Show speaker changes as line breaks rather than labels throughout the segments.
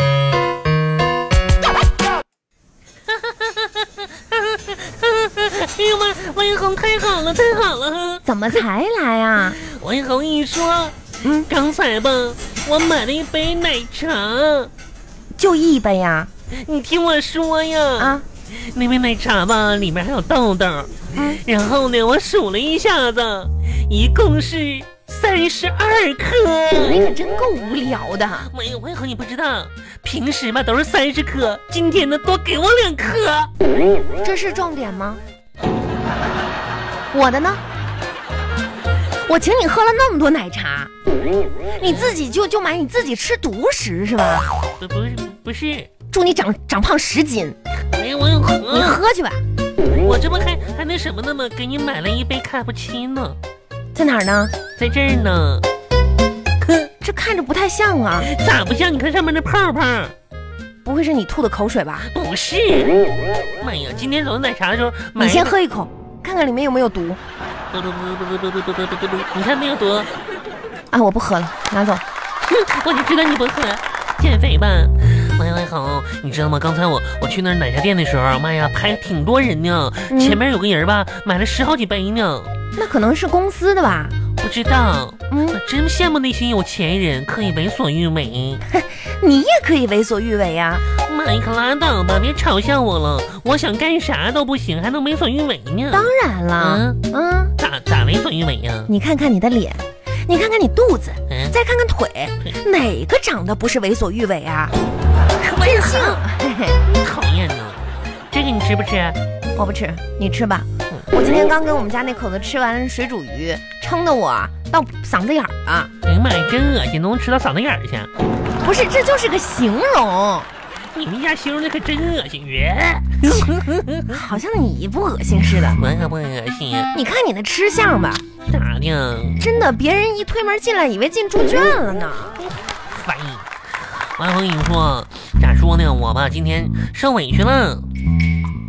哎文红太好了，太好了！
怎么才来啊？
文红一说，嗯，刚才吧，我买了一杯奶茶，
就一杯呀、
你听我说呀，
啊？啊，
那杯奶茶吧，里面还有豆豆。
嗯
然后呢，我数了一下子，一共是三十二哎
你
颗。
哎可真够无聊的。
没有，文红你不知道，平时吧都是三十颗，今天呢多给我两颗。
这是重点吗？我的呢？我请你喝了那么多奶茶，你自己就就买你自己吃独食是吧？
不不是不是，
祝你长长胖十斤，
哎呀，文红，
你喝去吧。
我这不还还那什么呢吗？给你买了一杯卡布奇诺，
在哪儿呢？
在这儿呢。哼，
这看着不太像啊，
咋不像？你看上面那泡泡，
不会是你吐的口水吧？
不是。妈呀，今天走奶茶的时候，买
你
一
先
个
喝一口，看看里面有没有毒
嘟嘟嘟嘟嘟嘟嘟嘟嘟嘟，你看没有多？
啊！我不喝了，拿走。
哼，我就知道你不喝，减肥吧。喂喂，好，你知道吗？刚才我我去那儿奶茶店的时候，妈呀，排挺多人呢。
嗯
前面有个人吧，买了十好几杯呢。
那可能是公司的吧？
不知道，
嗯，
我真羡慕那些有钱人可以为所欲为。
你也可以为所欲为啊呀、
妈，你可拉倒吧，别嘲笑我了。我想干啥都不行，还能为所欲为呢？
当然啦，
嗯，
嗯，
咋咋为所欲为呀？
你看看你的脸，你看看你肚子，
嗯，
再看看腿，哪个长得不是为所欲为 啊？任性，嘿嘿，
讨厌呢。这个你吃不吃？啊
我不吃，你吃吧。我今天刚跟我们家那口子吃完水煮鱼，撑得我到嗓子眼儿啊！
哎呀妈呀，真恶心，能吃到嗓子眼儿去。啊
不是，这就是个形容，
你们家形容的可真恶心， 耶！
好像你不恶心似的。
我可不恶心，啊
你看你那吃相吧，
咋的？
真的，别人一推门进来，以为进猪圈了呢。
烦。王红，你说咋说呢？我吧，今天受委屈了，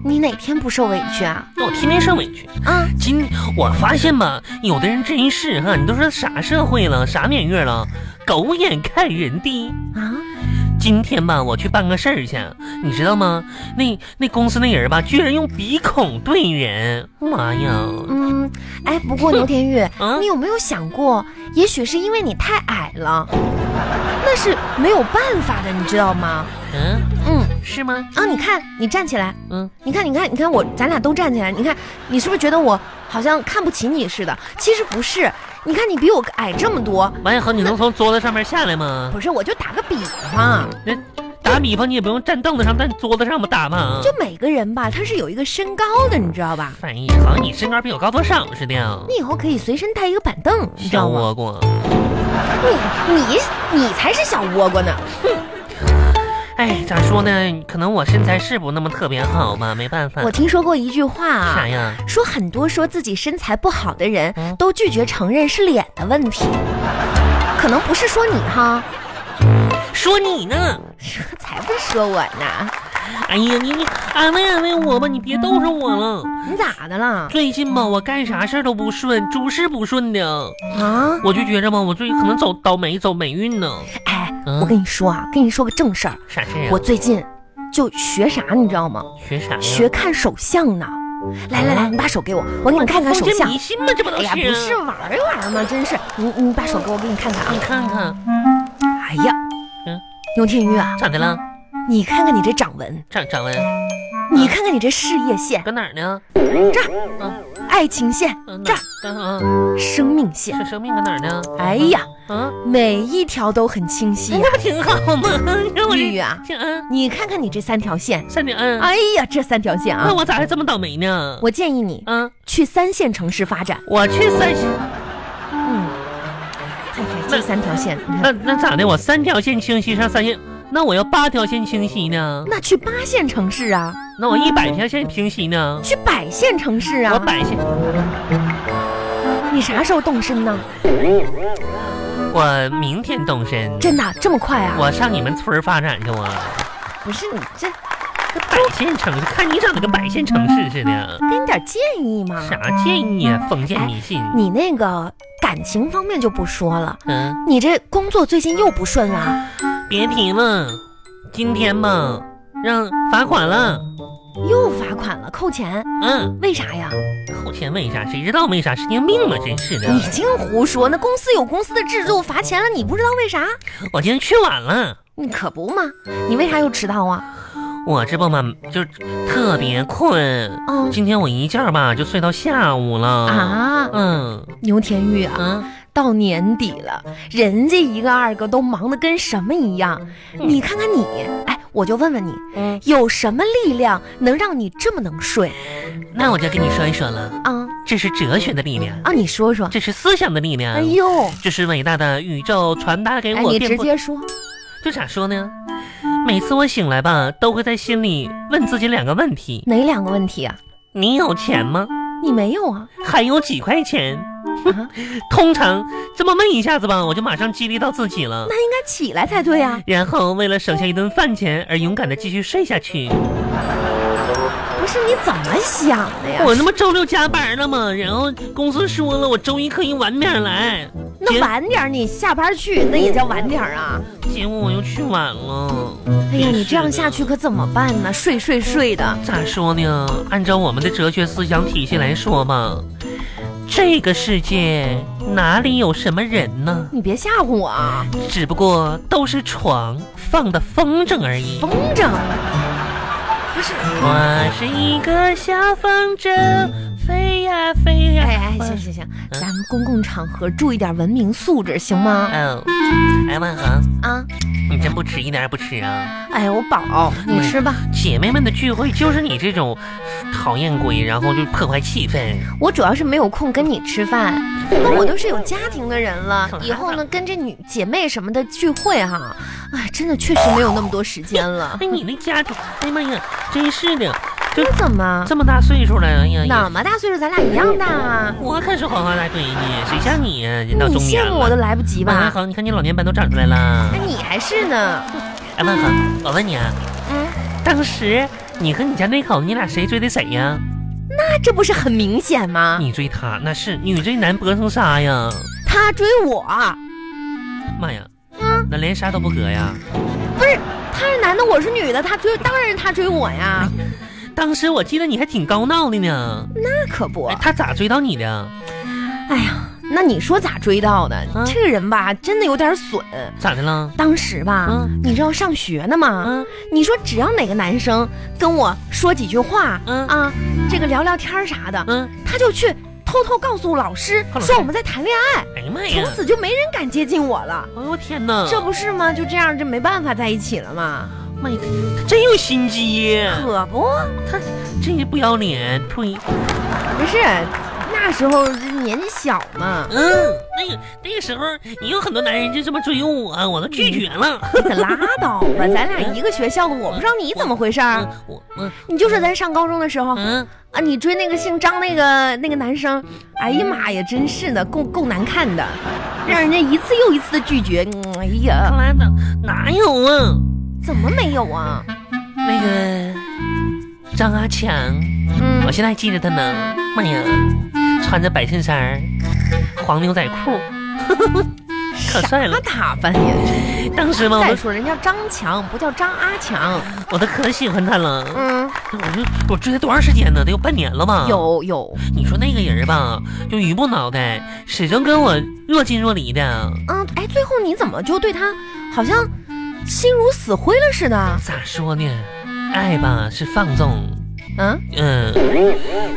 你哪天不受委屈啊？
我天天受委屈。
啊，
今我发现吧，有的人真是哈，你都说啥社会了，啥年月了，狗眼看人低。
啊，
今天吧，我去办个事儿去，你知道吗？那那公司那人吧，居然用鼻孔对人，妈呀！
嗯，哎，不过牛天玉，
啊
你有没有想过，也许是因为你太矮了，那是没有办法的，你知道吗？
嗯，
嗯，
是吗？
啊，你看，你站起来，
嗯，
你看，你看，你看我，咱俩都站起来，你看，你是不是觉得我好像看不起你似的？其实不是，你看你比我矮这么多，
王小恒，你能从桌子上面下来吗？啊
不是，我就打个比方，啊
那打比方，你也不用站凳子上，站桌子上吧打嘛。啊
就每个人吧，他是有一个身高的，你知道吧？
反正好像你身高比我高多少似的。
你以后可以随身带一个板凳，你知
小
道吗？
倭瓜，
你你你才是小倭瓜呢！
哎，咋说呢？可能我身材是不那么特别好吧，没办法
我。听说过一句话啊，
啥呀？
说很多说自己身材不好的人
嗯
都拒绝承认是脸的问题，可能不是说你哈，
说你呢？
才不是说我呢，
哎呀，你你安慰安慰我吧，你别逗着我了。
你咋的了
最近吧，我干啥事儿都不顺，诸事不顺的，
啊？
我就觉着吧，我最近可能走倒霉，走霉运呢。
哎，
嗯
我跟你说啊，跟你说个正事儿，
啥事儿
我
啊？
最近就学啥你知道吗？
学啥呀？
学看手相呢。来来来，你把手给我，我给你看看手
封建
相
迷。信吗？这不都
哎
是？啊
呀，不是，玩儿一玩儿吗？真是，你你把手给我，给你看看
你
啊。
看看，
哎呀，
嗯
牛天玉啊，
咋的了？
你看看你这掌纹，
掌掌纹
你看看你这事业线、
搁哪儿呢？
这儿，爱情线
嗯，
这儿，
哪嗯，
生命线。
这生命搁哪儿呢？
哎呀，
嗯，
每一条都很清晰
哎。那不挺好吗？ 让我
玉
这
玉啊，
这嗯，
你看看你这三条线，
三点嗯，
哎呀，这三条线
那
啊，
我咋还这么倒霉呢？
我建议你
嗯，
去三线城市发展。
我去三，
嗯，看看这三条线，你
那
看，
那咋的？我三条线清晰，上三线，那我要八条线清晰呢？
那去八线城市啊，
那我一百条线清晰呢？
去百线城市
我
啊。
百线，
你啥时候动身呢？
我明天动身，
真的这么快啊？
我上你们村儿发展去我。
不是你这
这百县城市，看你长得跟百县城市似的，
给你点建议嘛？
啥建议啊？封建迷信。
你那个感情方面就不说了，
嗯。
你这工作最近又不顺了，
别提了，今天吧，让罚款了，
又罚款了，扣钱，
嗯，
为啥呀？
扣钱为啥？谁知道为啥？神经病吧，真是的！
你净胡说，那公司有公司的制度，罚钱了你不知道为啥？
我今天去晚了，
你可不嘛，你为啥又迟到啊？
我这不嘛就是特别困。
嗯
今天我一觉吧就睡到下午了。
啊，
嗯
牛田玉啊，
啊，
到年底了，人家一个二个都忙得跟什么一样，
嗯
你看看你，哎，我就问问你，
嗯，
有什么力量能让你这么能睡
那我就跟你说一说了，
啊？
这是哲学的力量，
啊，你说说，
这是思想的力量。
哎呦，
这是伟大的宇宙传达给
哎，
嗯我
你
遍
直
布
接说，
这咋说呢？每次我醒来吧，都会在心里问自己两个问题：
哪两个问题啊？
你有钱吗？
你没有啊？
还有几块钱？
啊，
通常这么问一下子吧，我就马上激励到自己了，
那应该起来才对啊。
然后为了省下一顿饭钱而勇敢的继续睡下去。
不是你怎么想的呀？
我他妈周六加班了嘛，然后公司说了，我周一可以晚点来，
那晚点儿你下班去，那也叫晚点儿啊。
结果我又去晚了。
哎呀，你这样下去可怎么办呢？睡睡睡的，
咋说呢？按照我们的哲学思想体系来说吧，这个世界哪里有什么人呢？
你别吓唬我啊！
只不过都是床放的风筝而已。
风筝，不是，
我是一个小风筝，飞呀飞呀。
哎哎，行行行，咱们公共场合注意点文明素质行吗？
哦，哎，万恒，
啊，
你真不吃，一点也不吃啊！
哎，我饱，你吃吧。
姐妹们的聚会就是你这种讨厌鬼，然后就破坏气氛。
我主要是没有空跟你吃饭，那我都是有家庭的人了，以后呢跟这女姐妹什么的聚会哈，哎，真的确实没有那么多时间了。
哎，你那家庭，哎呀妈呀，真是的，
那怎么？
这么大岁数了，哎呀，也
哪么大岁数？咱俩一样大啊！
我可是黄花大闺女，谁像你呀、人到
你
中年
羡
了。啊
慕我都来不及
万
吧？
恒，你看你老年斑都长出来了
那。你还是呢？
哎，万恒，我问你啊，
嗯，
当时你和你家那口子，你俩谁追的谁呀、
那这不是很明显吗？
你追他，那是女追男隔层纱呀！
他追我，
妈呀，
嗯，
那连纱都不隔呀！
不是，他是男的，我是女的，他追，当然是他追我呀。
哎当时我记得你还挺高闹的呢。
那可不啊
哎，，他咋追到你的？
哎呀，那你说咋追到的？
嗯
这个人吧，真的有点损。
咋的了？
当时吧，
嗯
你知道上学呢嘛，
嗯
你说只要哪个男生跟我说几句话、
嗯
啊，这个聊聊天儿啥的，
嗯，
他就去偷偷告诉老师
后来
说我们在谈恋爱，
哎呀妈呀
从！此就没人敢接近我了。
哎呦我天哪！
这不是吗？就这样，这没办法在一起了嘛。
妈呀，他真有心机，
可不，
他真是不要脸，呸！
不是，那时候这年纪小 嘛，
嗯，那个那个时候也有很多男人就这么追我，我都拒绝了。
你可拉倒吧，咱俩一个学校的，我不知道你怎么回事儿。
嗯我嗯
你就说咱上高中的时候
嗯，
啊，你追那个姓张那个那个男生，哎呀妈呀，真是的，够够难看的，让人家一次又一次的拒绝。嗯哎
后
呀，
来呢？哪有啊？
怎么没有啊？
那个张阿强，我
嗯，
现在还记得他呢。妈呀，穿着白衬衫儿，黄牛仔裤， 可帅
啥
了。
打扮呀？
当时嘛，我
再
都
说人家张强不叫张阿强，
我都可喜欢他了。
嗯，
我就我追他多长时间呢？得有半年了吧？。
有有，
你说那个人吧，就鱼不脑袋，始终跟我若近若离的。
嗯，哎，最后你怎么就对他好像心如死灰了似的？
咋说呢？爱吧是放纵，
嗯
嗯，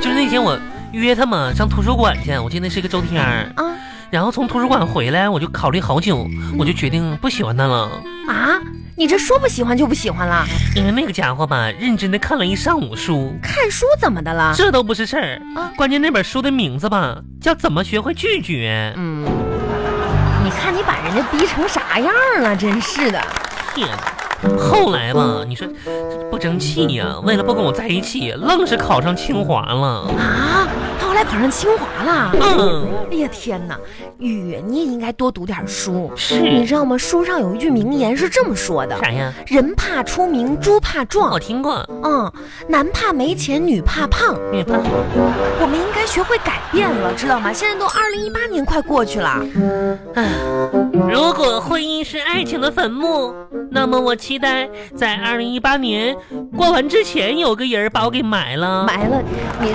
就是那天我约他嘛上图书馆去，我记得那是一个周天儿，
啊
然后从图书馆回来，我就考虑好久，我就决定不喜欢他了，
啊！你这说不喜欢就不喜欢了？
因为那个家伙吧，认真的看了一上午书，
看书怎么的了？
这都不是事儿
啊，
关键那本书的名字吧，叫《怎么学会拒绝
嗯，你看你把人家逼成啥样了，真是的。》。
天哪！后来吧，你说不争气呀、为了不跟我在一起，愣是考上清华了。
啊，他后来考上清华了。
嗯，
哎呀天哪，雨，你也应该多读点书。你
是
知道吗？书上有一句名言是这么说的
啥哦呀？：“
人怕出名，猪怕
我
壮。
听过，”
嗯，男怕没钱，女怕胖。
你怕
我们应该学会改变了，知道吗？现在都二零一八年快过去了，
唉，如果婚姻是爱情的坟墓，那么我期待在二零一八年过完之前，有个人把我给埋了。
埋了，你你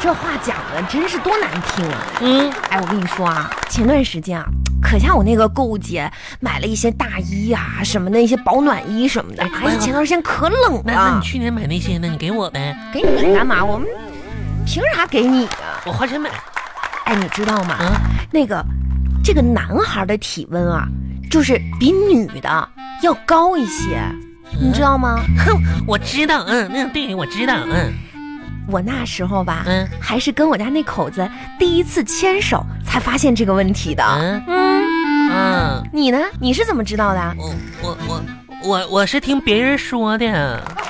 这话讲的真是多难听啊！
嗯，
哎，我跟你说啊，前段时间啊，可下我那个购物节买了一些大衣啊什么的，一些保暖衣什么的。
哎
哎，前段时间可冷
那那
了
你，去年买那些呢？你给我呗，
给你干嘛？我们凭啥给你啊？
我花钱买。
哎，你知道吗？
啊，
那个这个男孩的体温啊，就是比女的要高一些，你知道吗？
哼，我知道，嗯，那对，我知道，嗯
我那时候吧，
嗯
还是跟我家那口子第一次牵手才发现这个问题的。
嗯
嗯，
嗯，
你呢？你是怎么知道的？啊
我我我我我是听别人说的。啊